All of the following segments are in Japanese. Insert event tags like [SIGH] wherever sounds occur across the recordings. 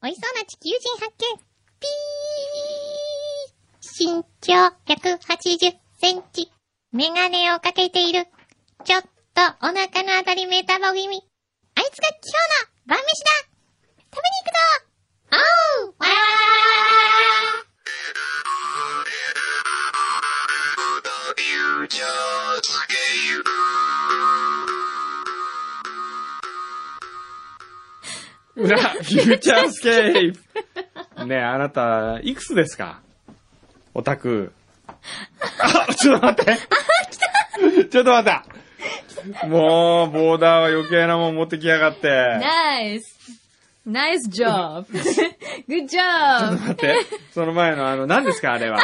美味しそうな地球人発見。ピー身長180センチ。メガネをかけている。ちょっとお腹のあたりメタボ気味。あいつが今日の晩飯だ食べに行くぞおうわー You just gave 裏、フューチャースケープねえ、あなた、いくつですかオタク。あ、ちょっと待って。ちょっと待った。もう、ボーダーは余計なもん持ってきやがって。 Nice! [LAUGHS] Nice job! Good job! 待って、その前のあの、何ですかあ [LAUGHS] れは。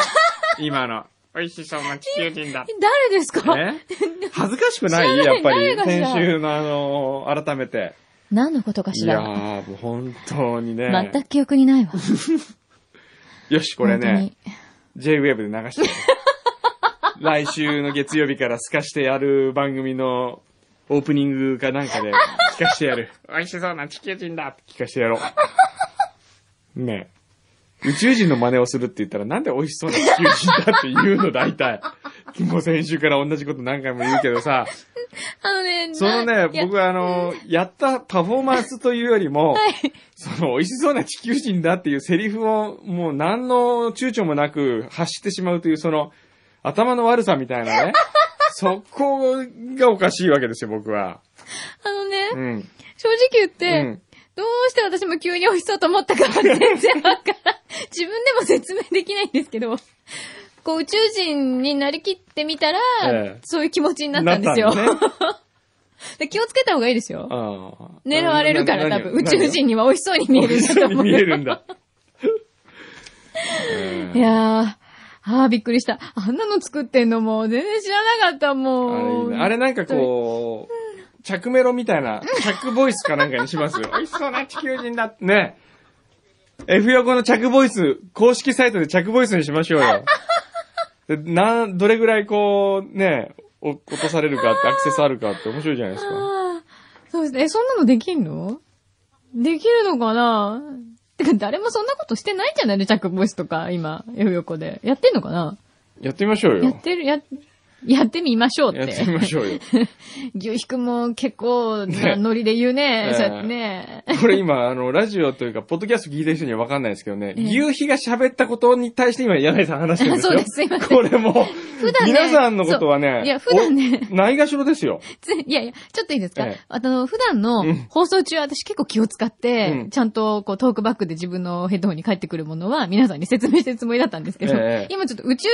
今の。美味しそうな地球人だ。誰ですかね恥ずかしくないや知らないっぱ誰り。が知らん先週のあの、改めて。何のことかいしやら。ー、もう本当にね。全く記憶にないわ。よし、これね。J-Wave で流して [LAUGHS] る。来週の月曜日から透かしてやる番組のオープニングかなんかで聞かしてやる。美味しそうな地球人だ聞かしてやろう。ねえ。宇宙人の真似をするって言ったらなんで美味しそうな地球人だって言うの大体。もう先週から同じこと何回も言うけどさ、あのね、そのね、いや僕はあの、やったパフォーマンスというよりも、はいその美味しそうな地球人だっていうセリフをもう何の躊躇もなく発してしまうというその頭の悪さみたい [LAUGHS] なね。そこがおかしいわけですよ、僕は。あのね、うん。正直言っうて、ん。どうして私も急に美味しそうと思ったかは全然わか [LAUGHS] らん。自分でも説明できないんですけど、こう宇宙人になりきってみたら、ええそういう気持ちになったんですよ。な [LAUGHS] ったんだねで気をつけた方がいいですよ。あー狙われるからな多分、宇何が宙人には美味しそうに見え美るん味しそだとうに思う見よ。えるんだ。 [LAUGHS] いやー、あーびっくりした。あんなの作ってんのもう全然知らなかったあれいもいねん。あれなんかこう、着メロみたいな、着ボイスかなんかにしますよ。美味しそうな地球人だってね。F 横の着ボイス、公式サイトで着ボイスにしましょうよ。でな、どれぐらいこう、ね、お落とされるかって、アクセスあるかって面白いじゃないですか。あーそうですね。え、そんなのできんのできるのかなてか、誰もそんなことしてないんじゃないの着ボイスとか、今、よ横で。やってんのかなやってみましょうよやっ。てる、や、やってみましょうっやってみて。ましょうよ。牛ひくも結構なねノリで言うね。 [LAUGHS] ええそうやってね。これ今、あの、ラジオというか、ポッドキャスト聞いてる人には分かんないですけどね、牛皮が喋ったことに対して今、柳井さん話してるんですよ。 [LAUGHS] そうですすいませんこれも、普段ね皆さんのことはねそ、ういや普段ねおないがしろですよ。つ [LAUGHS] いいやいや、ちょっといいですか、ええあの、普段のうん放送中、私結構気を使って、うんちゃんとこうトークバックで自分のヘッドホンに返ってくるものは皆さんに説明してるつもりだったんですけど、ええ今ちょっと宇宙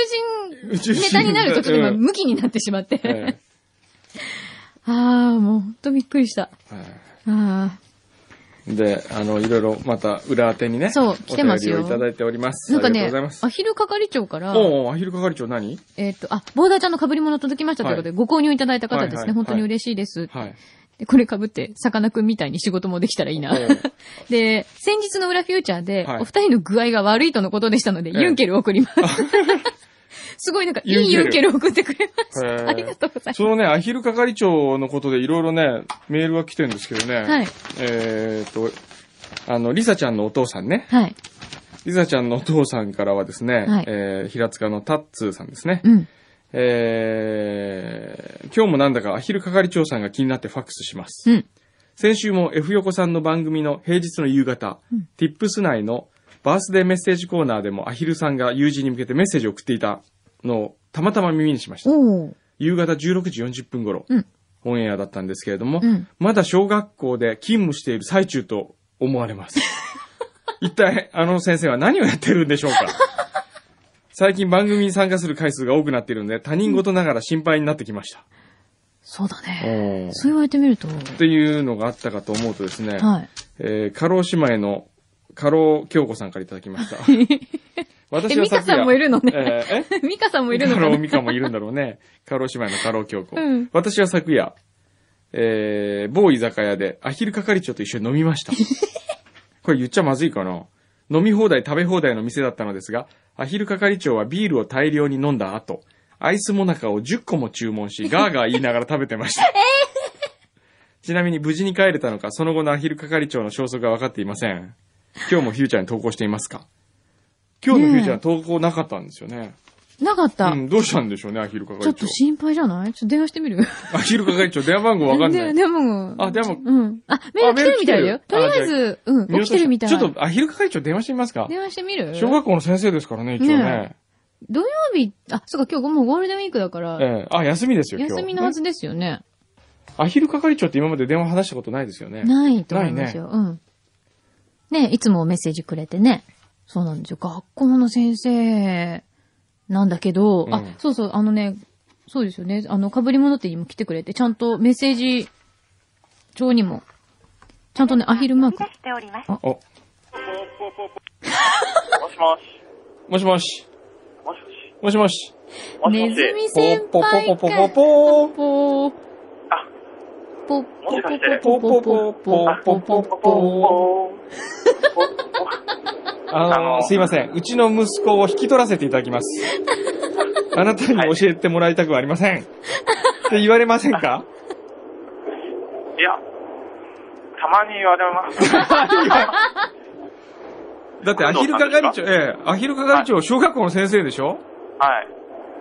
宇宙人人ネタになるとちょっと今うん向きになってしまって、えああ、もうほんとびっくりした。えはあいで、あの、いろいろまた裏当てにね、そう来てますおよ便りをいただいております。あ、なんかあねりがとうございま、す。アヒル係長から、おうおうアヒル係長何えっ、と、あ、ボーダーちゃんの被り物届きましたということで、ご購入いただいた方ですね、はいはい本当に嬉しいです。はい。でこれ被って、さかなクンみたいに仕事もできたらいいな [LAUGHS] ええ。で、先日の裏フューチャーで、はいお二人の具合が悪いとのことでしたので、ええユンケルを送り [LAUGHS] ます。すごいなんか、いいユユンンケケルルを送ってくれましへえた。ありがとうございます。そのね、アヒル係長のことでいろいろね、メールが来てるんですけどね、はい。えっと、あの、リサちゃんのお父さんね、はい。リサちゃんのお父さんからはですね、はいえー平塚のタッツーさんですね。うん。えー今日もなんだかアヒル係長さんが気になってファックスします。うん。先週も F 横さんの番組の平日の夕方、Tips 内のバースデーメッセージコーナーでもアヒルさんが友人に向けてメッセージを送っていたのをたまたま耳にしました。おー。夕方16時40分頃、うんオンエアだったんですけれども、うんまだ小学校で勤務している最中と思われます。 [LAUGHS] 一体あの先生は何をやってるんでしょうか最近番組に参加する回数が多くなっているので他人事ながら心配になってきました。そうだね。っそう言われてみると、ていうのがあったかと思うとですね、はい。えー、過労姉妹の過労京子さんからいただきま [LAUGHS] した。私えミカさんもいるのねえーミカさんもえいるの過か労な美香もいるんだろう [LAUGHS] ね。過労姉妹の過労京子。うん私は昨夜、えー、某居酒屋でアヒル係長と一緒に飲みま [LAUGHS] した。これ言っちゃまずいかな。飲み放題食べ放題の店だったのですが、アヒル係長はビールを大量に飲んだ後、アイスモナカを10個も注文し、ガーガー言いながら食べてま [LAUGHS] した。ちなみに無事に帰れたのか、その後のアヒル係長の消息が分かっていません。今日もフューチャーに投稿していますか今日のフューチャー投稿なかったんですよね。なかった。うん、どうしたんでしょうね、アヒルちょ係っ長。と心配じゃないちょっと電話してみる。アヒル係長、電話番号わかんなでい。でも、あ、でも、うん。あ、メール来てるみたいだよ。あとメりール来てるあえず、うん、見落起きとしてるみたい。ちょっと、アヒル係長電話してみますか電話してみる小学校の先生ですからね、一応ねね。土曜日、あ、そうか、今日もうゴールデンウィークだから、ええあ、休みですよ、今日。休みのはずですよね。アヒル係長って今まで電話話したことないですよね。ないと思いますよ。うん。ね、いつもメッセージくれてね。そうなんですよ。学校の先生なんだけど、うあん、そうそう、あのね、そうですよね。あの、被り物店にも来てくれて、ちゃんとメッセージ帳にも、ちゃんとね、アヒルマーク。しております。お、もしもし。もしもし。もしもし。もしもし。もしネもしズ。ミ先輩か。ポポポポポポポーあ、ポもしかしてポポポポポポポポポポポあのあのすいません。うちの息子を引き取らせていただきます。あなたに教えてもらいたくはありません。って言われませんかいや、たまに言われます。だってアヒル係長、ええ、アヒル係長、小学校の先生でしょは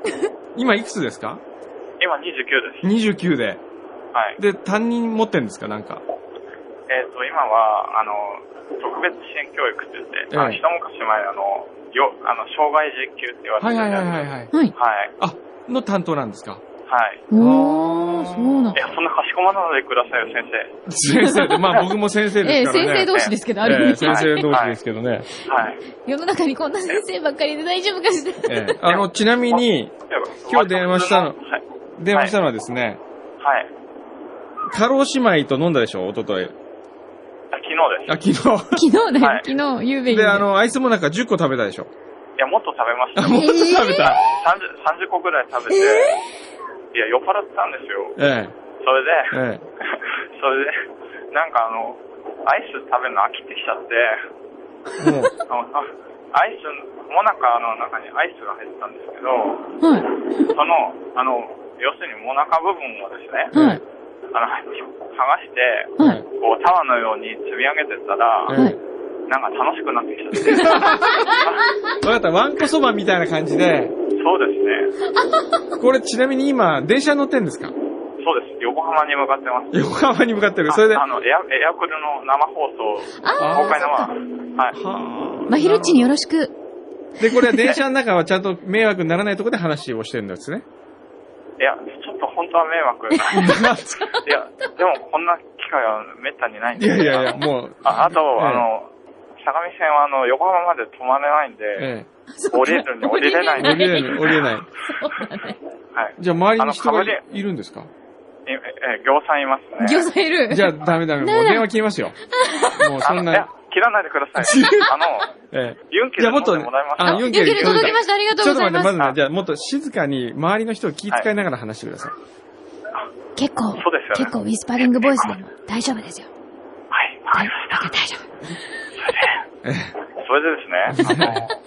い。今いくつですか今29です。 ?29 で。はい。で、担任持ってんですかなんか。えっ、と、今は、あの、特別支援教育って言って、あのええ一昔前、あの、よ、あの、障害児級って言われはているはいはやいつはいはい。はい。はあ、い。の担当なんですかはい。おー、そうなんいや、そんなかしこまらないでくださいよ、先生。先生で、まあ僕も先生えでえ、すから先ね。生同士ですけど、ある意ええ味。先生同士ですけどね。はい。世の中にこんな先生ばっかりで大丈夫かしら。ええあの、ちなみに、今日電話したのはい。電話したのはですね、はい。過労姉妹と飲んだでしょ一昨日あ昨日です。あ、昨日。 [LAUGHS] 昨日だよはい、昨日、ゆうべゆうべで、あ、の、アイスもなんか10個食べたでしょいや、もっと食べましたあ、よ。もっと食べた。 30, 30個ぐらい食べて、いや、酔っ払ってたんですよ。えそれえ、えで、え。それで、なんかあの、アイス食べるの飽きてきちゃって、もう、あのあアイスの、モナカの中にアイスが入ってたんですはい、けど、その、あの、要するにモナカ部分をですね、はい、あの、剥がして、はい。こう、タワーのように積み上げてったら、ええなんはいか楽しくなってきちゃっ [LAUGHS] て。わかった、ワンコそばみたいな感じで、そうですね。これちなみに今、電車に乗ってんですかそうです。横浜に向かってます。横浜に向かってる。それで、ああの、エア、エアクルの生放送、あ公開生、はい。はあまひるっちによろしく。で、これは電車の中はちゃんと迷惑にならないところで話をしてるんです [LAUGHS] ね。いや、ちょっと本当は迷 [LAUGHS] 惑な。いや、でもこんな機会はめったにないんいで。やいやいや、もう、ああと、ええあの、相模線はあの、横浜まで止まれないんで、え降りるに降りれないえ、ん降りで、れない、降りれ [LAUGHS] ない。はい。じゃあ周りに人があのかいるんですかえ、え、業さんいますね。餃子いる。じゃあダメダ [LAUGHS] メ、もう電話切りますよ。もうあそのんいやな、、切らないでくださ [LAUGHS] い。あの、ええ。ユンケじでゃあもっ飲んとでねもらいますあかユンゆうけで届きました。ありがとうちょごっとざい待って、ます。まずね、じゃあもっと静かに周りの人を気遣いながら話してください。結構、そうですよね結構ウィスパリングボイスでも大丈夫ですよ。はい、わかりました。大丈夫。それでですね、あの、 [LAUGHS]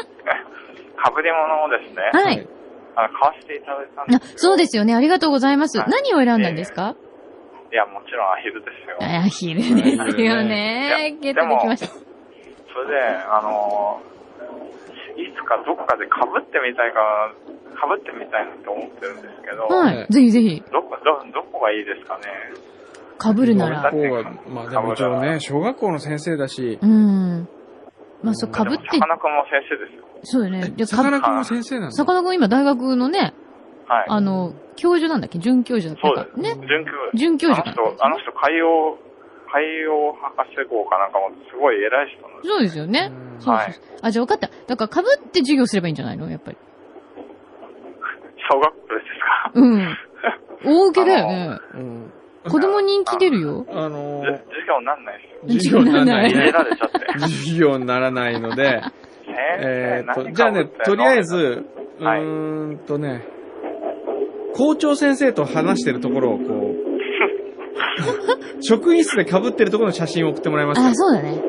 被り物をですね、はい。あの、買わせていただいたんあですよそうですよね。ありがとうございます。はい何を選んだんですかいや、もちろんアヒルですよ。あアヒルですよね。いゲやットできました。それで、あのーいつかどっかで被ってみたいかな、被ってみたいなって思ってるんですけど、はい。ぜひぜひ、どこ、ど、どこがいいですかね。被るなだらっ。こうは、まあでも一応ね、小学校の先生だし、うん。まあ、そう、被って、でもさかなクンも先生ですよ。そうよね。じゃさかあ、なクンも先生なんさだ。かなクン今大学のね、はい。あの、教授なんだっけ准教授だそうっでたかす。ね。准準教教あ授のだっ人た。、あの人、海洋、海洋博士号かなんかもすごい偉い人なんです。そうですよね。うんそうはそういそう。あ、じゃあ分かった。だから被って授業すればいいんじゃないのやっ [LAUGHS] ぱり。小学部ですか。うん。大受けだよね。うん子供人気出るよ。あのじー、授業になんないですよ。授業にならない入れね。られち [LAUGHS] ゃって。授業にならないので、先え生ーと、何じゃあね被ってん、のとりあえず、うはいーんとね、校長先生と話してるところを [LAUGHS] こう、職員室で被ってるところの写真を送ってもらいますあ、そうだね。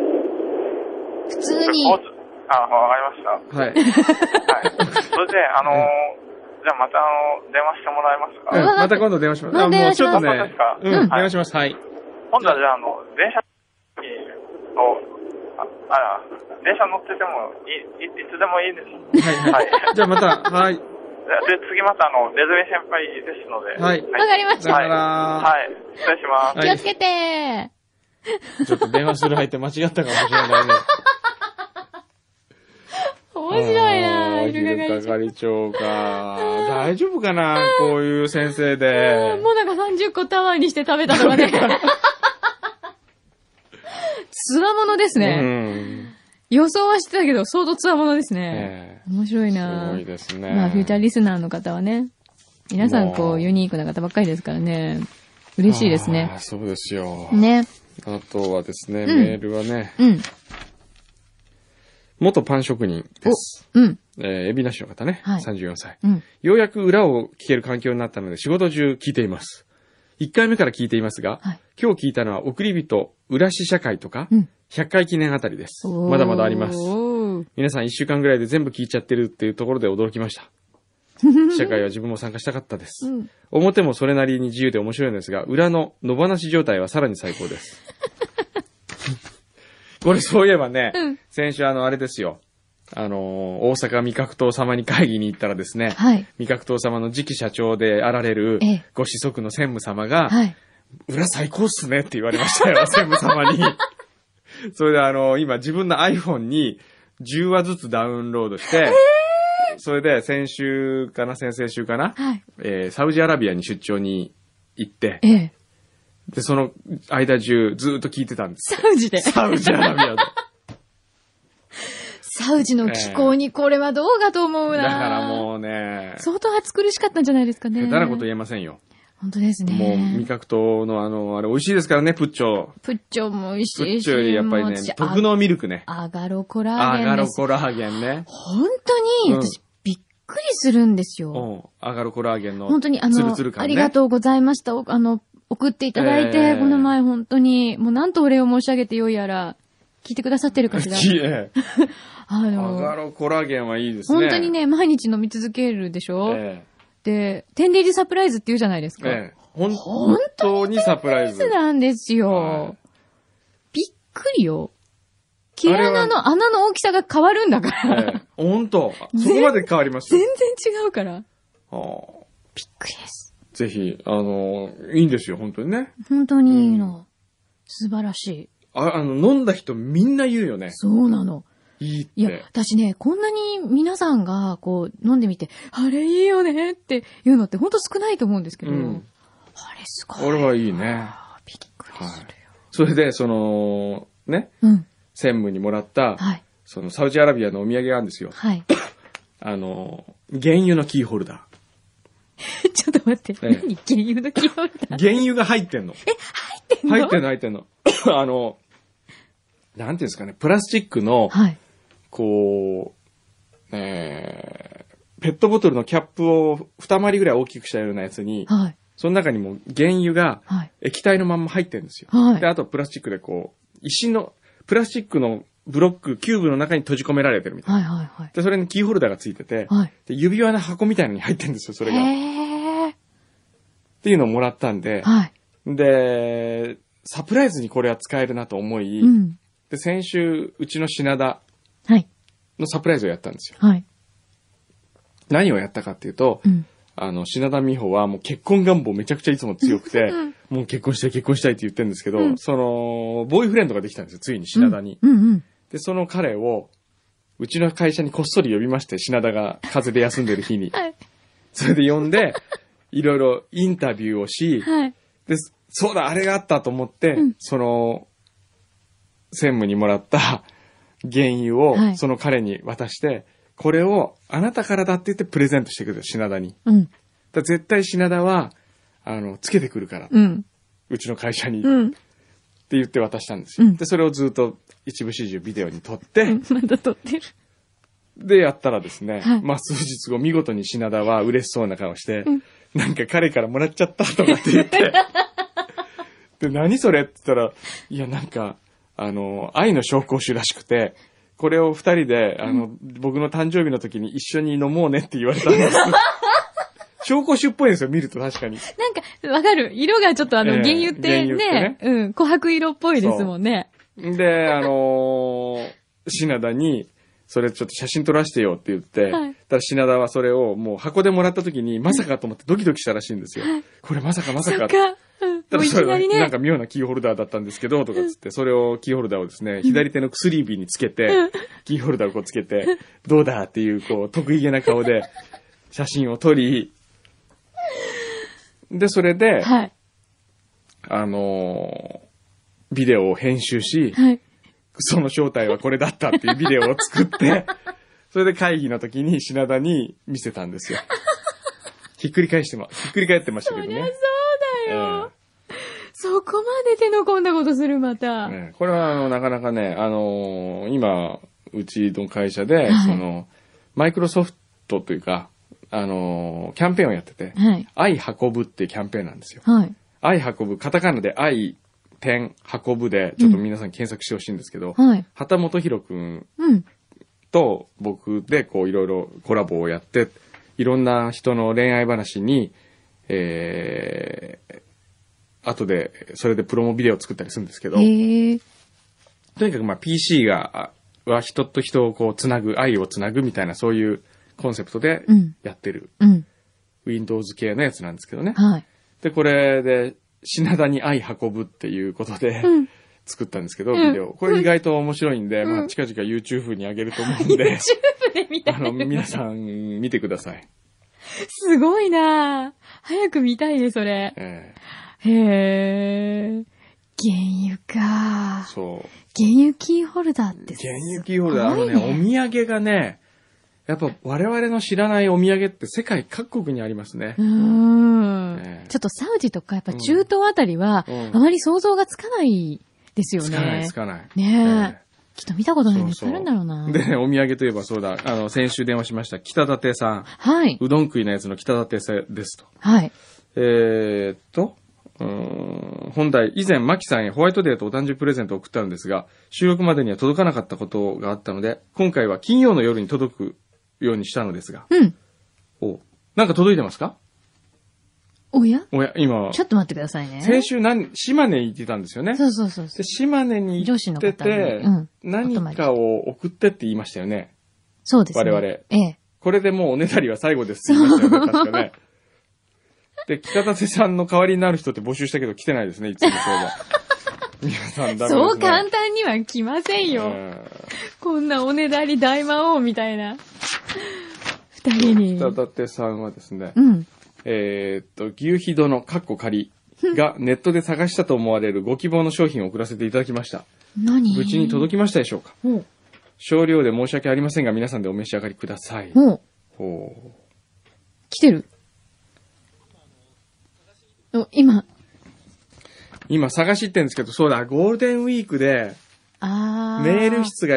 普通に。校長あ、わかりました。はい。 [LAUGHS] はい。それで、あのーじゃあまた、あの、電話してもらえますうか、んまた今度電話します。またあ、電もう話しちょっまとねす本当ですか、うん、うん電話します。はい。今度はじゃあ、あの、電車の時に、ああら、電車乗っててもいい、いいつでもいいです。はいはい。じゃあま [LAUGHS] た、はい。で、次また、あの、ネズミ先輩ですので。はいわかりましさよた。ならはい。失礼します。はい気をつけてちょっと電話する相手間違ったかもしれないね。 [LAUGHS] 面白いなあーぁ、昼が昼係長か。大丈夫かなこういう先生で。もうなんか30個タワーにして食べた [LAUGHS] とかね。つわものですうね。ん。予想はしてたけど、相当つわものですね。え面白いえすなごいぁ。ですね。まあ、フューチャーリスナーの方はね、皆さんこもう、うユニークな方ばっかりですからね。嬉しいですあねー。そうですよ。ね。あとはですね、うんメールはね、うん。元パン職人です。うん。えー、海老名市の方ね、はい34歳。うん。ようやく裏を聞ける環境になったので仕事中聞いています。1回目から聞いていますが、はい今日聞いたのは送り人、裏試写会とか、うん100回記念あたりです。まだまだあります。おー皆さん1週間ぐらいで全部聞いちゃってるっていうところで驚きま [LAUGHS] した。試写会は自分も参加したかったでうす。ん。表もそれなりに自由で面白いのですが、裏の野放し状態はさらに最高です。 [LAUGHS] これそういえばね、先週あのあれですよ。あのー大阪味覚党様に会議に行ったらですね、はい。味覚党様の次期社長であられるええ、ご子息の専務様が、はい。裏最高っすねって言われました [LAUGHS] よ、専務様に。それであの、今自分の iPhone に10話ずつダウンロードして、それで先週かな、先々週かな、はい。えーサウジアラビアに出張に行って、ええ。で、その間中ずーっと聞いてたん [LAUGHS] です。サウジで。サウジアラビアで。サウジの気候にこれはどうかと思うだなからもうね、相当暑苦しかったんじゃないですかね。下手なこと言えませんよ。本当ですね。もう味覚糖のあの、あれ美味しいですからね、プッチョ。プッチョも美味しプッいし。チョよりやっぱりもうね私、特のミルクね。あアガロコラーアゲンです。ガロコラーゲンね。本当に、うん私、びっくりするんですうよ。ん。アガロコラーゲンの。本当に、あの、ツルツル感ね。ありがとうございました。おあの、送っていただいて、ええこの前本当に、もうなんとお礼を申し上げてよいやら、聞いてくださってるか [LAUGHS] しら。きれい。あアガの、ロコラーゲンはいいですね。本当に。ね、毎日飲み続けるでしょ、えで、天ンデサプライズって言うじゃないですえ。か。ええ。本当にサプライズ。なんですよ。はいびっくりよ。毛穴の穴の大きさが変わるんだかえら。え本当。そこまで変わりました [LAUGHS] 全。然違うから。びっああくりです。ぜひ、あの、いいんですよ、本当にね。本当にいいの。素晴らしい。ああの、飲んだ人みんな言うよね。そうなの。いいって。いや、私ね、こんなに皆さんが、こう、飲んでみて、あれいいよねって言うのって本当少ないと思うんですけど、うんあれすごい。俺はいいね。びっくりするよ。それで、その、ね、うん。専務にもらった、はい。その、サウジアラビアのお土産があるんですよ。 [LAUGHS] はい。あの、原油のキーホルダちょっと待って、ええ何原油の気温ー。原油が入ってんの。だ入ってんの入ってんの。あの、 [COUGHS] なんていうんですかね、プラスチックの、はい。こう、えー、ペットボトルのキャップを二回りぐらい大きくしたようなやつに、はい。その中にも原油がはい。液体のまんま入ってるんですよ。はいで、あとプラスチックでこう、石の、プラスチックのブロック、キューブの中に閉じ込められてるみたいな。はいはいはい。で、それにキーホルダーがついてて、はい。で指輪の箱みたいなのに入ってるんですよ、それが。っへえ。ていうのをもらったんで、はい。で、サプライズにこれは使えるなと思い、うん。で、先週、うちの品田はい。のサプライズをやったんですよ。はい。何をやったかっていうと、うん。あの、品田美穂はもう結婚願望めちゃくちゃいつも強くて、もう結婚したい結婚したいって言ってるんですけど、うんその、ボーイフレンドができたんですよ、ついに品田に。うんうん。で、その彼を、うちの会社にこっそり呼びまして、品田が風邪で休んでる日に。はい。それで呼んで、いろいろインタビューをし、はい。で、そうだ、あれがあったと思って、うんその、専務にもらった原油を、はいその彼に渡して、これをあなたからだって言ってプレゼントしてくれる、品田に。うん。だから絶対品田は、あの、つけてくるから、ううん。ちの会社に、うってん。言って渡したんですよ。うんで、それをずっと一部始終ビデオに撮って、まだ撮ってる。で、やったらですね、はいまあ数日後見事に品田は嬉しそうな顔して、うんなんか彼からもらっちゃったとかって言っ [LAUGHS] て、で、何それって言ったら、いや、なんか、あの、愛の紹興酒らしくて、これを二人で、あの、僕の誕生日の時に一緒に飲もうねって言われたん [LAUGHS] です。紹興酒っぽいんですよ、見ると確かに。なんか、わかる。色がちょっとあの、ええ原油ってね、原油ってねうん、琥珀色っぽいですもんね。で、あのー、品田に、それちょっと写真撮らせてよって言って、はいただ品田はそれをもう箱でもらった時に、まさかと思ってドキドキしたらしいんですよ。これまさかまさそっかかって。。うんただもういきそれなはりなんね。か妙なキーホルダーだったんですけど、とかつって、それをキーホルダーをですね、左手の薬指につけて、キーホルダーをこうつけて、どうだっていう、こう、得意げな顔で、写真を撮り、で、それで、はい。あのービデオを編集し、はい。その正体はこれだったっていうビデオを作 [LAUGHS] って、それで会議の時に品田に見せたん [LAUGHS] ですよ。ひっくり返してま、ひっくり返ってましたそけどりゃそね。うだよ。そこまで手の込んだことする、また。ええこれはあのなかなかね、あのー今、うちの会社で、はいその、マイクロソフトというか、あのーキャンペーンをやってて、はい。愛運ぶっていうキャンペーンなんですよ。はい。愛運ぶ、カタカナで愛、点、運ぶで、ちょっと皆さん検索してほしいんですけど、はい。畑本博くんうん。と僕でこういろいろコラボをやって、いろんな人の恋愛話に、えー、後で、それでプロモビデオを作ったりするんですけど、へえ。とにかくまあ PC が、あは人と人をこうつなぐ、愛をつなぐみたいなそういうコンセプトでうんやってる、うん。 Windows 系のやつなんですけどね。はい。で、これで、品田に愛運ぶっていうことで、うん作ったんですけど、うんビデオ。これ意外と面白いんで、うんまあ近々 YouTube に上げると思うん [LAUGHS] で、 YouTube で見たあの、皆さん見てください。すごいなぁ早く見たいね、それ。えへえ。原油えかそう。原油キーホルダーって原油キーホルダー、あすごのいね、お土産がね、やっぱ我々の知らないお土産って世界各国にありますねう。ーんええちょっとサウジとかやっぱ中東あたりは、うんあまり想像がつかないですよね。つかない、つかない。ねえ、えきっと見たことないのいっそぱいうそうあるんだろうなえで、お土産といえばそうだ、あの、先週電話しました、北舘さん。はい。うどん食いのやつの北舘さんですと。はい。えーっと、うーん本題、以前、マキさんへホワイトデーとお誕生日プレゼントを送ったのですが、収録までには届かなかったことがあったので、今回は金曜の夜に届くようにしたのですが、うん。おうなんか届いてますかおやおや、今、ちょっと待ってくださいね。先週何、島根に行ってたんですよね。そうそうそうそうで、。島根に行って上司のて、方にうん何かを送ってって言いましたよね。そうですね。我々ええ。これでもうおねだりは最後ですって言いましたよね、確 [LAUGHS] かね。で、北舘さんの代わりになる人って募集したけど来てないですね、いつもそうだ。 [LAUGHS] 皆さんダメですね。そう簡単には来ませんよ。えこんなおねだり大魔王みたいな。二人ーに。北舘さんはですね、うん。えーっと、牛皮殿、カッコ仮がネットで探したと思われるご希望の商品を送らせていただきました。何無事に届きましたでしょうかほう。少量で申し訳ありませんが、皆さんでお召し上がりください。ほう。ほう来てる。お、今。今探しってんですけど、そうだ、ゴールデンウィークで、あー。メール室が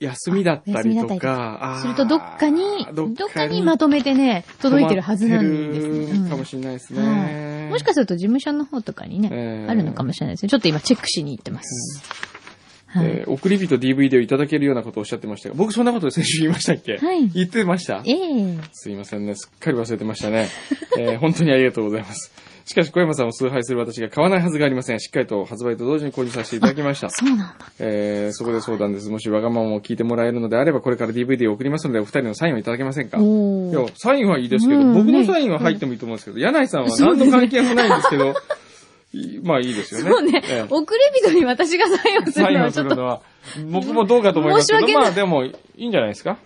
休みだったりとあ休みだったりとか、あーすると、どっかに、どっかにまとめてね、届いてるはずなんですね。止まってるかもうんしれないですはね。いもしかすると事務所の方とかにねえ、ーあるのかもしれないですね。ちょっと今チェックしに行ってます。はえい。ー送り人 DVD をいただけるようなことをおっしゃってましたが、僕そんなこと先週言いましたっけはい言ってましたええ。すいませんね。すっかり忘れてましたね。えー本当にありがとうございます。しかし、小山さんを崇拝する私が買わないはずがありません。しっかりと発売と同時に購入させていただきました。そうなんだ。えーそこで相談です。もしわがままを聞いてもらえるのであれば、これから DVD を送りますので、お二人のサインをいただけませんかおいや、サインはいいですけど、うん僕のサインは入ってもいいと思うんですけど、柳井さんはそう何ですのね関係もないんですけど、いまあいいですよね。そうねえ。え送り人に私がサインをすサるインのをはちすょっるとのは、僕もどうかと思いますけ申ど、し訳まないあでもいいんじゃないですか。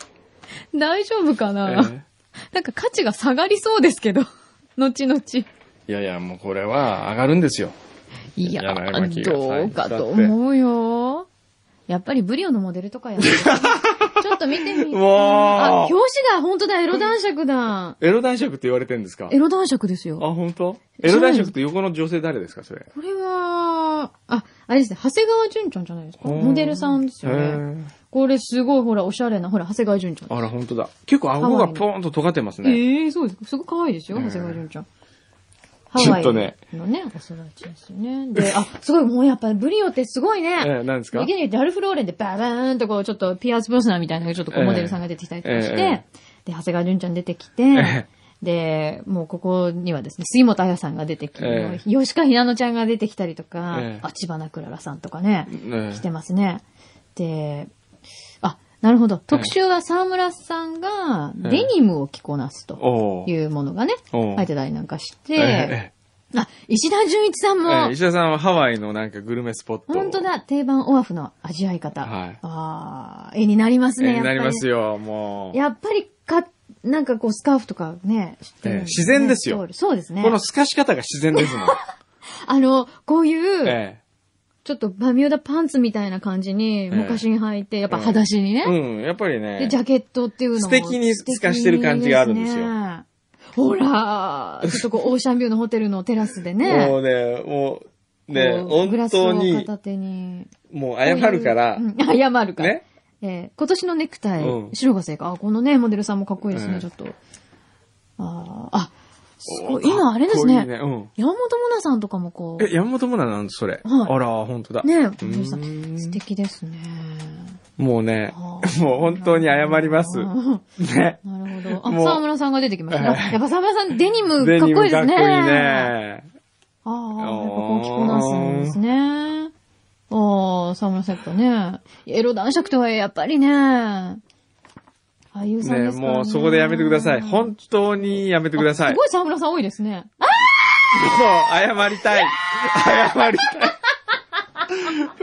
大丈夫かなえなんか価値が下がりそうですけど。 [LAUGHS] 後々。えいやいや、もうこれは上がるんですよ。いやいやな、今気がどうかと思うよ。やっぱりブリオのモデルとか [LAUGHS] やる。ちょっと見てみうわーあ、表紙だ本当だエロ男爵だエロ男爵って言われてるんですかエロ男爵ですよ。あ、本当？エロ男爵って横の女性誰ですか、それ。これは、あ、あれですね、長谷川純ちゃんじゃないですかうんモデルさんですへよね。え。これすごいほら、おしゃれな、ほら、長谷川純ちゃん。あら、本当だ。結構顎がポーンと尖ってますね。ええそうです。すごい可愛いですよ、うん長谷川純ちゃん。ちハょワっイとねのね、お育ちですよね。で、あ、すごい、もうやっぱブリオってすごいね。 [LAUGHS] ええ、何ですかできないダルフローレンでババーンとこう、ちょっとピアーズ・ブロスナーみたいな、ちょっとこえうえモデルさんが出てきたりとかして、ええで、長谷川純ちゃん出てきて、えで、もうここにはですね、杉本彩さんが出てきて、え吉川ひなのちゃんが出てきたりとか、ええあ、千葉なくららさんとかね、ねしてますね。で、あ、なるほど。特集は沢村さんがええデニムを着こなすとおういうものがね、おう入ってたりなんかして、えあ、石田純一さんえも、ええ石田さんはハワイのなんかグルメスポット。本当。だ、定番オアフの味わい方。はいああ、絵になりますえね、やえっぱなり、りますよ、もう。やっぱりか、なんかこう、スカーフとかね、してるんええ自然ですよストールそうですね。この透かし方が自然 [LAUGHS] ですもん。あの、こういう、えちょっとバミューダパンツみたいな感じに、え昔に履いて、やっぱうん裸足にねえ。、うん、やっぱりねで、。ジャケットっていうのも素敵に透かしてる感じがあるんですよ素敵ねほら、ちょっとこう、オーシャンビューのホテルのテラスで [LAUGHS] もね。うね、もう、ね、こうグ本ラス当をに、片手に。もう謝るからう、ん [LAUGHS] 謝るから。ね。えー今年のネクタイ、うん白が正解。あ、このね、モデルさんもかっこいいですね、うんちょっと。あーあ、すごい。お今あれですね。かっこいいうん。山本もなさんとかもこえ、山本もななんそれ。はいあら、本当だ。う、ね、う本当にさーん素敵ですね。もうねあ [LAUGHS] ー、もう本当に謝ります。うんね。なるほど。あ、もう沢村さんが出てきました。えやっぱ沢村さん、デニムデかっニこムいいでかすっこね。いいね。ああ、やっぱこう着こなすんですね。ああ、沢村さんやっぱね。エロ男爵とはいえ、やっぱりね。俳優さんねですからね。もうそこでやめてください。本当にやめてください。すごい沢村さん多いですね。もう、謝りたい。謝りたい。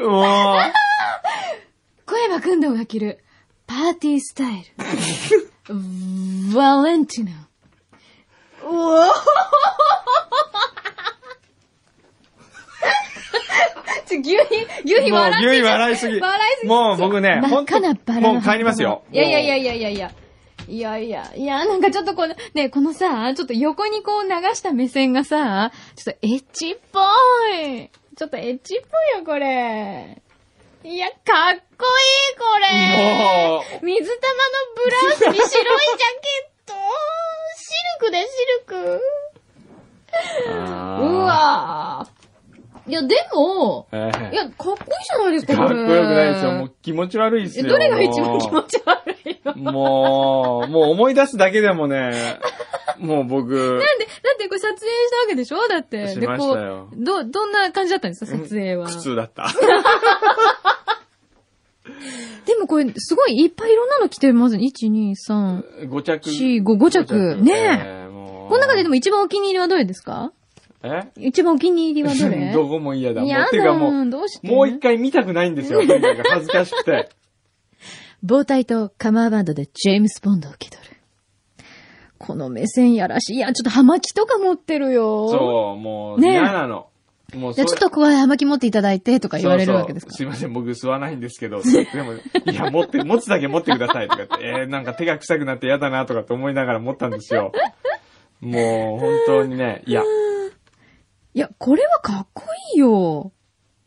も小山君堂が着るパーティースタイ [LAUGHS] ル。バレンティナ。おおちょ、牛皮、牛皮う、もう笑、っゆていちゃう笑いすぎ。笑いすぎもう僕ね、真っ [LAUGHS] 本当赤なバラのもう帰りますよ。いやいやいやいやいやいや。いやいや、いや、なんかちょっとこの、ね、このさ、ちょっと横にこう流した目線がさ、ちょっとエッチっぽい。ちょっとエッチっぽいよ、これ。いや、かっこいい、これ。も水玉のブラウスに白いジャケット。シルクでシう。ルク。うわぁ。いや、でも、ええいや、かっこいいじゃないですか、かっここれ。よくないですよ。もう気持ち悪いですえよ。どれが一番気持ち悪いのもう、もう思い出すだけでもね、もう僕、なんで、だってこれ撮影したわけでしょだって。しましたよで、こう、ど、どんな感じだったんですか撮影は。苦痛だっ [LAUGHS] た。でもこれ、すごいいっぱいいろんなの着てますね。1、2、3、 5着。 4、5、5着。ねえ。え。もうこの中ででも一番お気に入りはどれですかえ一番お気に入りはど [LAUGHS] れどこも嫌だ。もやう、てだかもう、どうしてもう一回見たくないんですよ。とにかく恥ずかしく [LAUGHS] て。棒体とカマーバンドでジェームス・ボンドを気取る。この目線やらしい。いや、ちょっとハマキとか持ってるよ。そう、もう、ねえ嫌なの。もうじゃあちょっとここはハマキ持っていただいてとか言われるわけですかそうそうすいません、僕吸わないんですけど。でも、いや、持って、持つだけ持ってくださいとかって、えー、なんか手が臭くなって嫌だなとかって思いながら持ったんですよ。もう、本当にね、いや、いや、これはかっこいいよ。も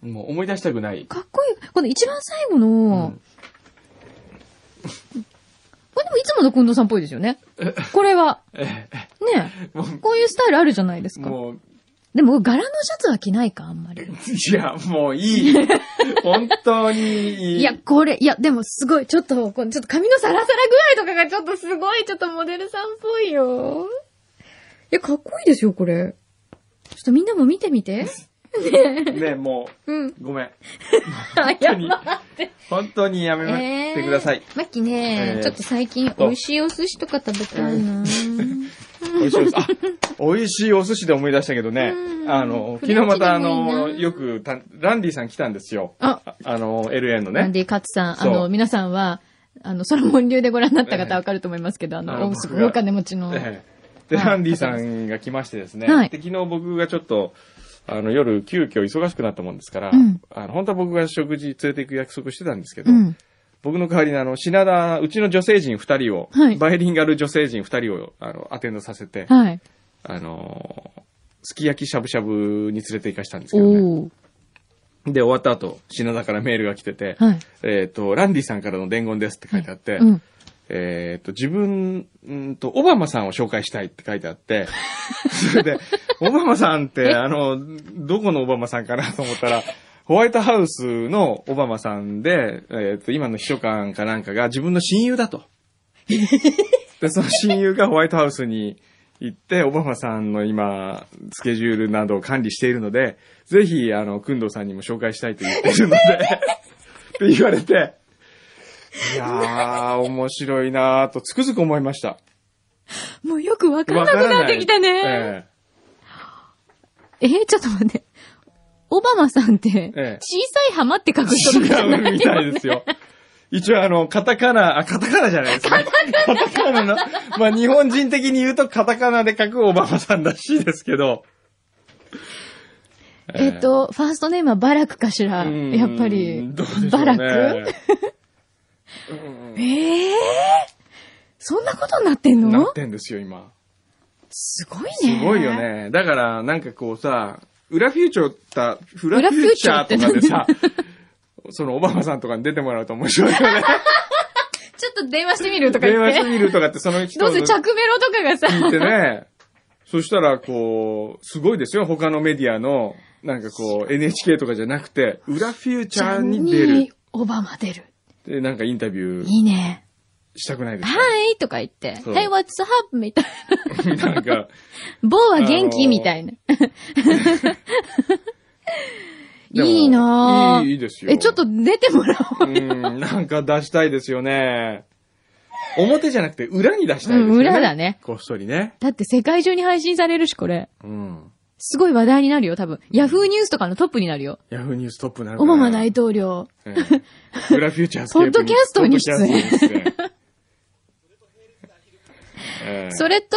う思い出したくない。かっこいい。この一番最後の、うんこれでもいつもの近藤さんっぽいですよね。これは。えねもこういうスタイルあるじゃないですう、か。もう、でも柄のシャツは着ないか、あんまり。いや、もうい [LAUGHS] い。本当にいい。いや、これ、いや、でもすごい、ちょっと、このちょっと髪のサラサラ具合とかがちょっとすごい、ちょっとモデルさんっぽいよ。いや、かっこいいですよ、これ。ちょっとみんなも見てみて。ね、もうん。う、ごめん。あ、当やにばって。本当にやめましてください。マッキーね、えーちょっと最近美味しいお寿司とか食べたいな美味しいお寿司。あ、美味しいお寿司で思い出したけどねう。んあの、フ昨レンチ日またあでもいいなの、よくた、ランディさん来たんですよ。 [LAUGHS] あ、ああの、LA のランね。ディ・カツさん、あそうの、皆さんは、あの、ソロモン流でご覧になった方わかると思いますけど、ああの、のす僕ごがいお金持ちの。ええで、はいランディさんが来ましてですね。はいで、昨日僕がちょっと、あの、夜、急遽忙しくなったもんですから、うんあの、本当は僕が食事連れて行く約束してたんですけど、うん。僕の代わりにあの、品田、うちの女性陣二人を、はいバイリンガル女性陣二人を、あの、アテンドさせて、はい。あのーすき焼きしゃぶしゃぶに連れて行かしたんですおけどね。ー。で、終わった後、品田からメールが来てて、はい。えっ、と、ランディさんからの伝言ですって書いてあって、うん。えっ、と、自分、うんと、オバマさんを紹介したいって書いてあって、 [LAUGHS] それで、オバマさんって、あの、どこのオバマさんかなと思ったら、ホワイトハウスのオバマさんで、えっ、と、今の秘書官かなんかが自分の親友だと。で、その親友がホワイトハウスに行って、オバマさんの今、スケジュールなどを管理しているので、ぜひ、あの、くんどさんにも紹介したいと言っているので、って言われて、いやー、面白いなーと、つくづく思いました。もうよくわかわらなからくない。なってきたね。ええーちょっと待って。オバマさんって、ええ小さい浜って書えく人じゃな違うみたいですよ。一応あの、カタカナ、あ、カタカナじゃないですね。カタカナの、まあ日本人的に言うとカタカナで書くオバマさんらしいですけど。えっと、ファーストネームはバラクかしら。うんやっぱりどうでしょうね、バラクええそんなことになってんなのってんですよ、今。すごいね。すごいよ。ね。だから、なんかこうさ、裏フューチャーった、裏裏フフュューーチチャーャーととかかででささ、 [LAUGHS] そのオバマさんとかに出てもらうと面白い [LAUGHS] よね。ちょっと電話してみるとか電言っ話してみて。るとかってその人どをうせ聞着メロとかがさ、いてね。そしたら、こう、すごいですよ。他のメディアの、なんかこう、NHK とかじゃなくて、裏フューチャーに出る。オバマ出る。で、なんかインタビューいいね。したくないですはかーいとか言って、そう Hey, what's up? みたいな。 [LAUGHS] なんか、某は元あのー気みた [LAUGHS] いな。でもいいなぁいいいいですよ。え、ちょっと出てもらおううよ。ん、なんか出したいですよね。表じゃなくて裏に出したいですよね。うん裏だね。こっそりね。だって世界中に配信されるし、これ。うん。すごい話題になるよ、多分。ヤフーニュースとかのトップになるよ。ヤフーニューストップになるかオなバマ大統領。ええ裏フューチャースケ [LAUGHS] ープポッドキャストに出演ポッドキャストに出演ええそれと、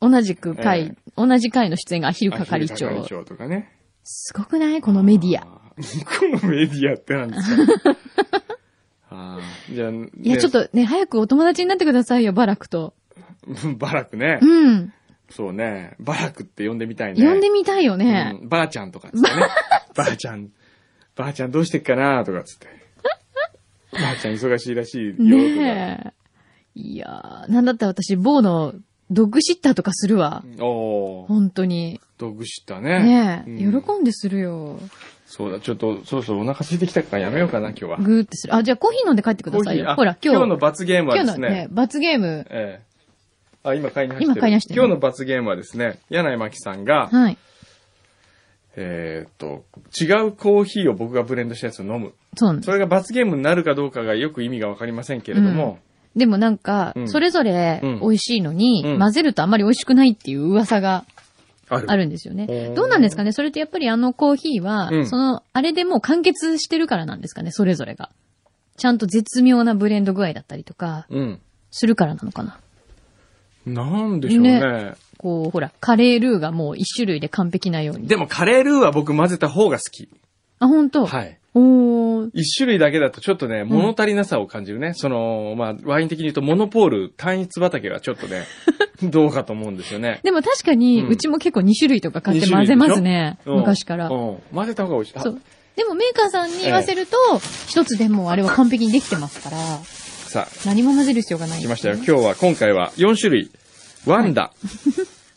同じく会、同じ会の出演がアヒルアヒル係長。係長とかね。すごくないこのメディア。あーこのメディアってなんですか [LAUGHS] あーじゃあ、ねいや、ちょっ、とね、早くお友達になってくださいよ、バラクと。バラクねう。ん。そうね。バラクって呼んでみたいね。呼んでみたいよね。うんばあちゃんとかっつってね。 [LAUGHS] ばあちゃん、ばあちゃんどうしてっかなとかっつって。 [LAUGHS] ばあちゃん忙しいらしいよとか。ねえ。いやー、なんだったら私、某のドッグシッターとかするわ。おー、本当に。ドッグシッターね。ねえ、うん喜んでするよ。そうだ、ちょっと、そろそろお腹空いてきたからやめようかな、今日は。ぐーってする。あ、じゃあコーヒー飲んで帰ってくださいコーヒーよ。あほら、今日。今日の罰ゲームはです今日のねね、、罰ゲーム。ええあ、今買いに走ってる。今買いに走ってる今日の罰ゲームはですね、柳井真紀さんが、はい。えーっと、違うコーヒーを僕がブレンドしたやつを飲む。そうなんそれが罰ゲームになるかどうかがよく意味がわかりませんけれども、でもなんかう、んそれぞれうん美味しいのに、うん混ぜるとあまり美味しくないっていう噂がある。あるんですよねへー。どうなんですかねそれってやっぱりあのコーヒーは、うんその、あれでもう完結してるからなんですかねそれぞれが。ちゃんと絶妙なブレンド具合だったりとか、うん。するからなのかななんでしょうね。こう、ほら、カレールーがもう一種類で完璧なように。でもカレールーは僕混ぜた方が好き。あ、本当はい。おー、一種類だけだとちょっとね、物足りなさを感じるね。その、まあ、ワイン的に言うとモノポール、単一畑はちょっと [LAUGHS] ね、どうかと思うんですよね。でも確かに、うんうちも結構2種類とか買って二混種類でしぜょますね。うん昔からう。ん。混ぜた方が美味しい。あそう。でもメーカーさんに言わせると、一つでもあれは完璧にできてますから、さあ、何も混ぜる必要がない、来ましたよ。。今日は、今回は4種類。ワンダ。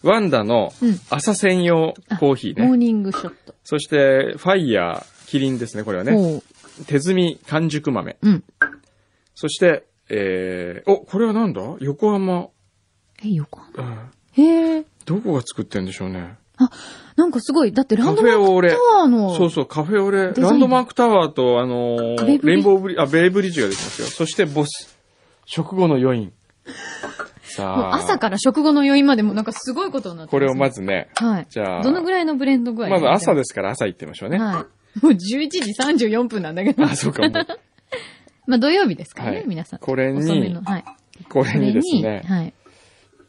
ワンダのうん朝専用コーヒーモーね。ニングショット。そして、ファイヤー、キリンですね、これはね。おう手摘み完熟豆。うん。そして、えー、お、これはなんだ横浜、え、横浜うんへえ。どこが作ってんでしょうね。なんかすごい。だってランドマカフェオーレクタワーの。そうそう、カフェオレ、デザインランドマークタワーと、あのーベイブリレインボーブリあ、ベイブリッジができますよ。そして、ボス。食後の余 [LAUGHS] 韻。さもうあ、朝から食後の余韻までもなんかすごいことになってこれをまず。ずね、はい。じゃあどのぐらいのブレンド具合まず朝ですすから朝行ってみましょうね。ね。はい。もう11時34分なんだけど。 [LAUGHS] あ、そうかもう。 [LAUGHS] まあ土曜日ですからね、はい皆さん。これに遅めの。はい。これこにれですに、ね、はい。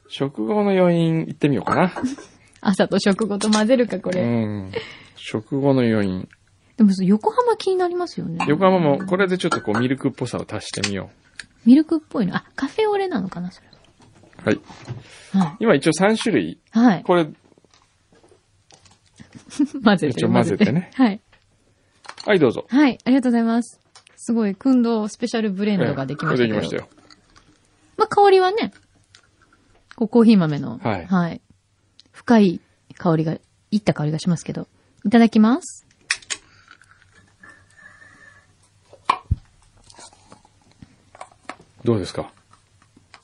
食後の余韻行ってみようかな。朝と食後と混ぜるか、こうれ。ん。食後の余韻。でもそう横浜気になりますよね。横浜も、これでちょっとこうミルクっぽさを足してみよミルクっぽいの。あ、カフェオレなのかな、それう。はい。は。はい。今一応3種類。はい。これ、混ぜ一て応。混ぜてねはい。はい、どうぞ。はい。ありがとうございます。すごい、くんどうスペシャルブレンドができましたええけでど。きましたよ。まあ、香りはね、こう、コーヒー豆の、はい深い香りが、いった香りがしますけど。いただきます。どうですか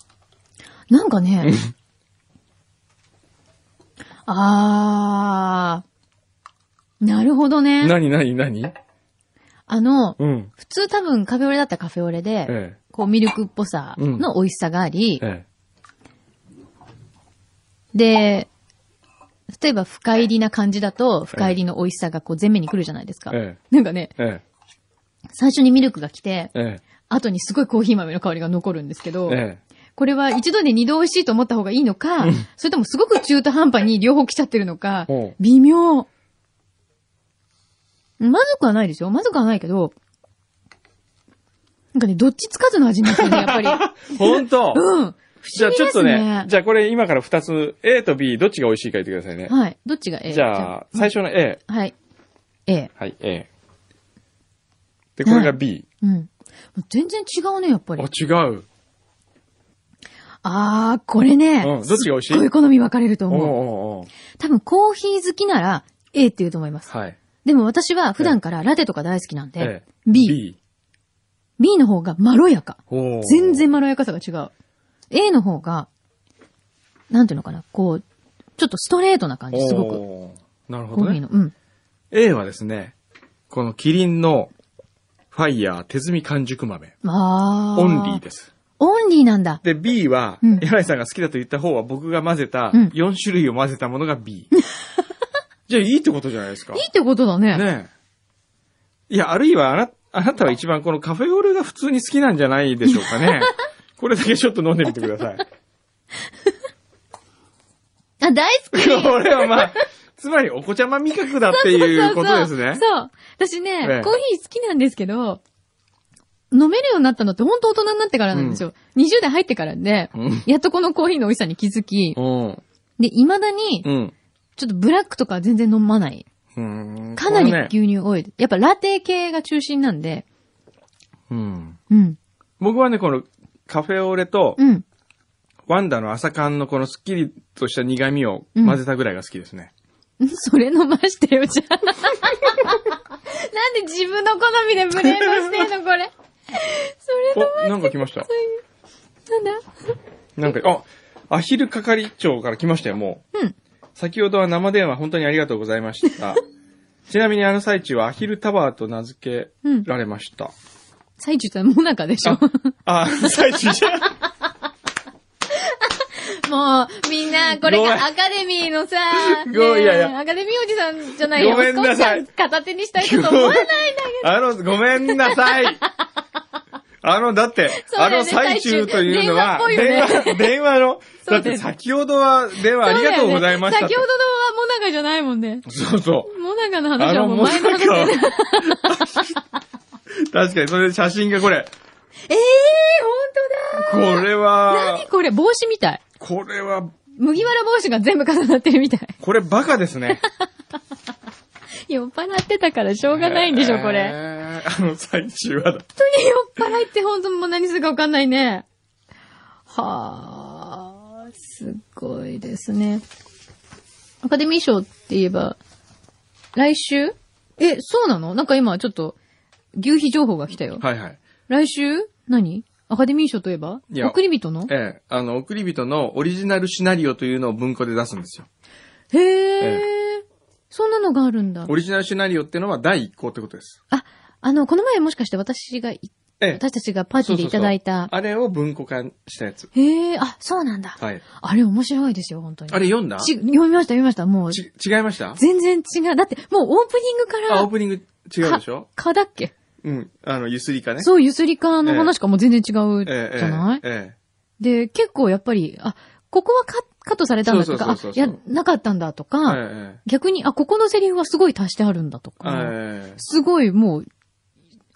[LAUGHS] なんかね、あー。なるほどね。なになになにあの、うん。普通多分カフェオレだったらカフェオレで、えこうミルクっぽさの美味しさがありえ。、えで、例えば深入りな感じだと、深入りの美味しさがこう前面に来るじゃないですか。えなんかね、え。え最初にミルクが来てえ。、え後にすごいコーヒー豆の香りが残るんですけど、え。えこれは一度で二度美味しいと思った方がいいのか、それともすごく中途半端に両方来ちゃってるのかうん、微妙。まずくはないですよ。まずくはないけど、なんかね、どっちつかずの味になってるね、や [LAUGHS] っぱり。え。ほんとうん。不じゃ思あ議ちょでっとすねね。、じゃあこれ今から2つ、A と B どっちが美味しいか言ってくださいね。はい。どっちが A? じゃあ、最初の A。あ。はい。A。はい、A。で、これが B。うん。もう全然違うね、やっぱあ、り。違う。あー、これね。うんどっちが美味しいすっごい好み分かれるとおうお思う。うおう多分コーヒー好きなら A って言うと思います。はい。でも私は普段からラテとか大好きなんで、B。 B。 B の方がまろやか。おー全。然まろやかさが違う。A の方が、なんていうのかな、こう、ちょっとストレートな感じ、すごく。おー。なるほコどーヒねーの。。うん。 A はですね、このキリンのファイヤー手摘み完熟豆。あー。オンリー。です。オンリーなんだ。で、B は、うん柳井さんが好きだと言った方は僕が混ぜた、うん4種類を混ぜたものが [LAUGHS] B。じゃあいいってことじゃないですか。いいってことだね。ねえ。いや、あるいはあな、あなたは一番このカフェオレが普通に好きなんじゃないでしょうか [LAUGHS] ね。これだけちょっと飲んでみてください。あ、大好き。これはまあ、つまりお子ちゃま味覚だっていうことですね。そう。私ね、ええコーヒー好きなんですけど、飲めるようになったのって本当大人になってからなんですよ。20代入ってからで、うんやっとこのコーヒーの美味しさに気づき、で、未だにう、ん。ちょっとブラックとかは全然飲まない。うん。かなりこれね牛乳多い。やっぱラテ系が中心なんで、うん。うん。僕はね、このカフェオレとうん。ワンダの朝缶のこのスッキリとした苦味を混ぜたぐらいが好きですね。それ飲ましてよ、じゃあ。 [LAUGHS] なんで自分の好みでブレンドしてんの、これ。それ飲お、なんか来ました。なんだなんか、あ、アヒル係長から来ましたよ、もう。うん先ほどは生電話本当にありがとうございま [LAUGHS] した。ちなみにあの最中はアヒルタワーと名付けられました。最中ってのはモナカでしょ。あ、最中じゃん。 [LAUGHS] もう、みんな、これごめんがアカデミーのさ、ね [LAUGHS] ごめんいやいやアカデミーおじさんじゃないよ。ごめんなさいおっこちゃん片手にしたいと思わないんだあの、ごめんなさい。あの、だって、そうあだよねの最中というのは、最中電話っぽいよね電話、電話の、そだうっだよねて先ほどは電話ありがとうございましたっそうだよて。ね先ほどのはモナカじゃないもんね。そうそう。モナカのあ話はの、もうも前ずのか話だよね。は。確かに、それで写真がこれ。ええー、こ本当だれ何は、これ帽子みたい。これは、麦わら帽子が全部重なってるみたい。これバカですね。酔っ払ってたからしょうがないんでしょ、これ。えー。あの最中はだ。本当に酔っ払いって本当もう何するかわかんないね。はあ、すごいですね。アカデミー賞って言えば、来週え、そうなのなんか今ちょっと、牛皮情報が来たよ。はいはい。来週何アカデミー賞といえばいや送り人のええあの、送り人のオリジナルシナリオというのを文庫で出すんですよ。へえ、そんなのがあるんだオ。リジナルシナリオっていうのは第1項ってことです。あ、あの、この前もしかして私がい、ええ私たちがパーティーでいただいた。あれを文庫化したやつ。へえ、あ、そうなんだ。はい。あれ面白いですよ、本当に。あれ読んだち読みました、読みました。もう、ち違いました全然違う。だって、もうオープニングかあ、オーら、プニング違うでしょかだっけうん。あの、ゆすりかね。そう、ゆすりかの話かもう全然違うじええゃないええええで、結構やっぱり、あ、ここはカカットされたんだとか、あそうそうそう、いそうや、なかったんだとえか、え逆に、あ、ここのセリフはすごい足してあるんだとえか、えすごいもう、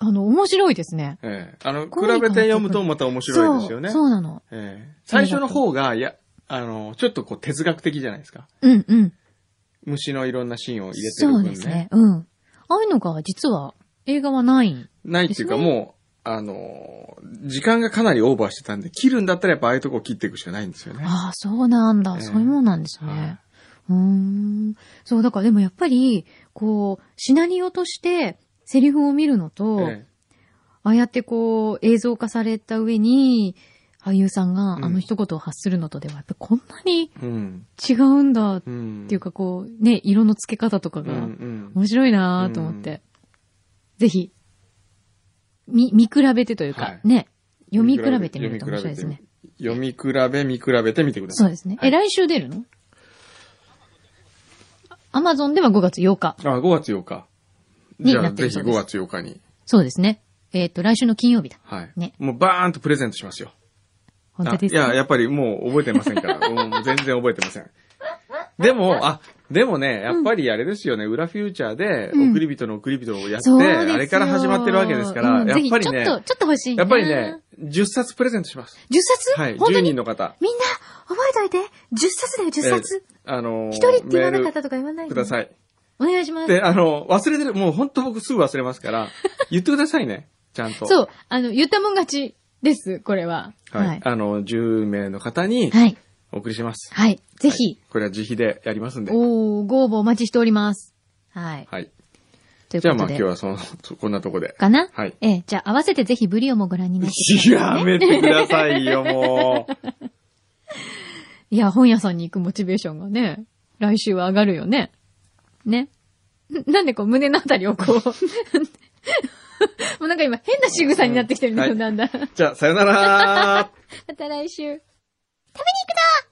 あの、面白いですね。ええあの、比こういうべ感じて読むとまた面白いですよね。そう、そうなの。ええ最初の方が、いや、あの、ちょっとこう哲学的じゃないですか。うんうん。虫のいろんなシーンを入れてるそ分うね。ですね。うん。ああいうのが、実は、映画はない。ないっていうか、ですもう、あの、時間がかなりオーバーしてたんで、切るんだったらやっぱああいうとこ切っていくしかないんですよね。ああ、そうなんだ。ええそういうもんなんですね。うーん。そう、だからでもやっぱり、こう、シナリオとして、セリフを見るのと、ええああやってこう、映像化された上に、俳優さんがうんあの一言を発するのとでは、やっぱこんなにうん。違うんだっうん。ていうか、こう、ね、色の付け方とかうん、うが、ん。面白いなぁと思って。ぜひ、み、見比べてというか、はいね、読み比べてみると面白いですね。読み比べ、見比べてみてください。そうですね。はいえ、来週出るのアマゾンでは5月8日。あ、5月8日。にじゃなあ、っぜてるひそう5です月8日に。そうですね。えっ、と、来週の金曜日だ。はい。ねもうバーンとプレゼントしますよ。本当ですあいや、かやっぱりもう覚えてません [LAUGHS] から。もうもう全然覚えてません。でも、あ、でもね、やっぱりあれですよね、裏フューチャーで、うん送り人の送り人をやって、そうですよあれから始まってるわけですから、うんやっぱりぜひねちょっ、と、ちょっと欲しいなやっぱりね、10冊プレゼントします。 10冊はい、本当10に人の方。みんな、覚えといて。10冊だよ、10冊。えーあのー、一人って言わなかったメとか言わなーいルでください。お願いします。で、あの、忘れてる、もう本当僕すぐ忘れますから、言ってくださいね、ちゃんと。そう、あの、言ったもん勝ちです、これは。はい。はい。あの、10名の方にはい。お送りします。はい。ぜひ、はいこれは自費でやりますんで。おおご応募お待ちしております。はい。はい。ということで。じゃあまあ今日はその、こんなとこで。かなはい。ええ、じゃあ合わせてぜひブリオもご覧になってください、やね。めてくださいよ、もう。いや、本屋さんに行くモチベーションがね、来週は上がるよね。ね。んなんでこう胸のあたり [LAUGHS] をこう。もうなんか今変な仕草になってきてるんだよ、うんだんだん。じゃあ、さよなら。また来週。食べに行くぞ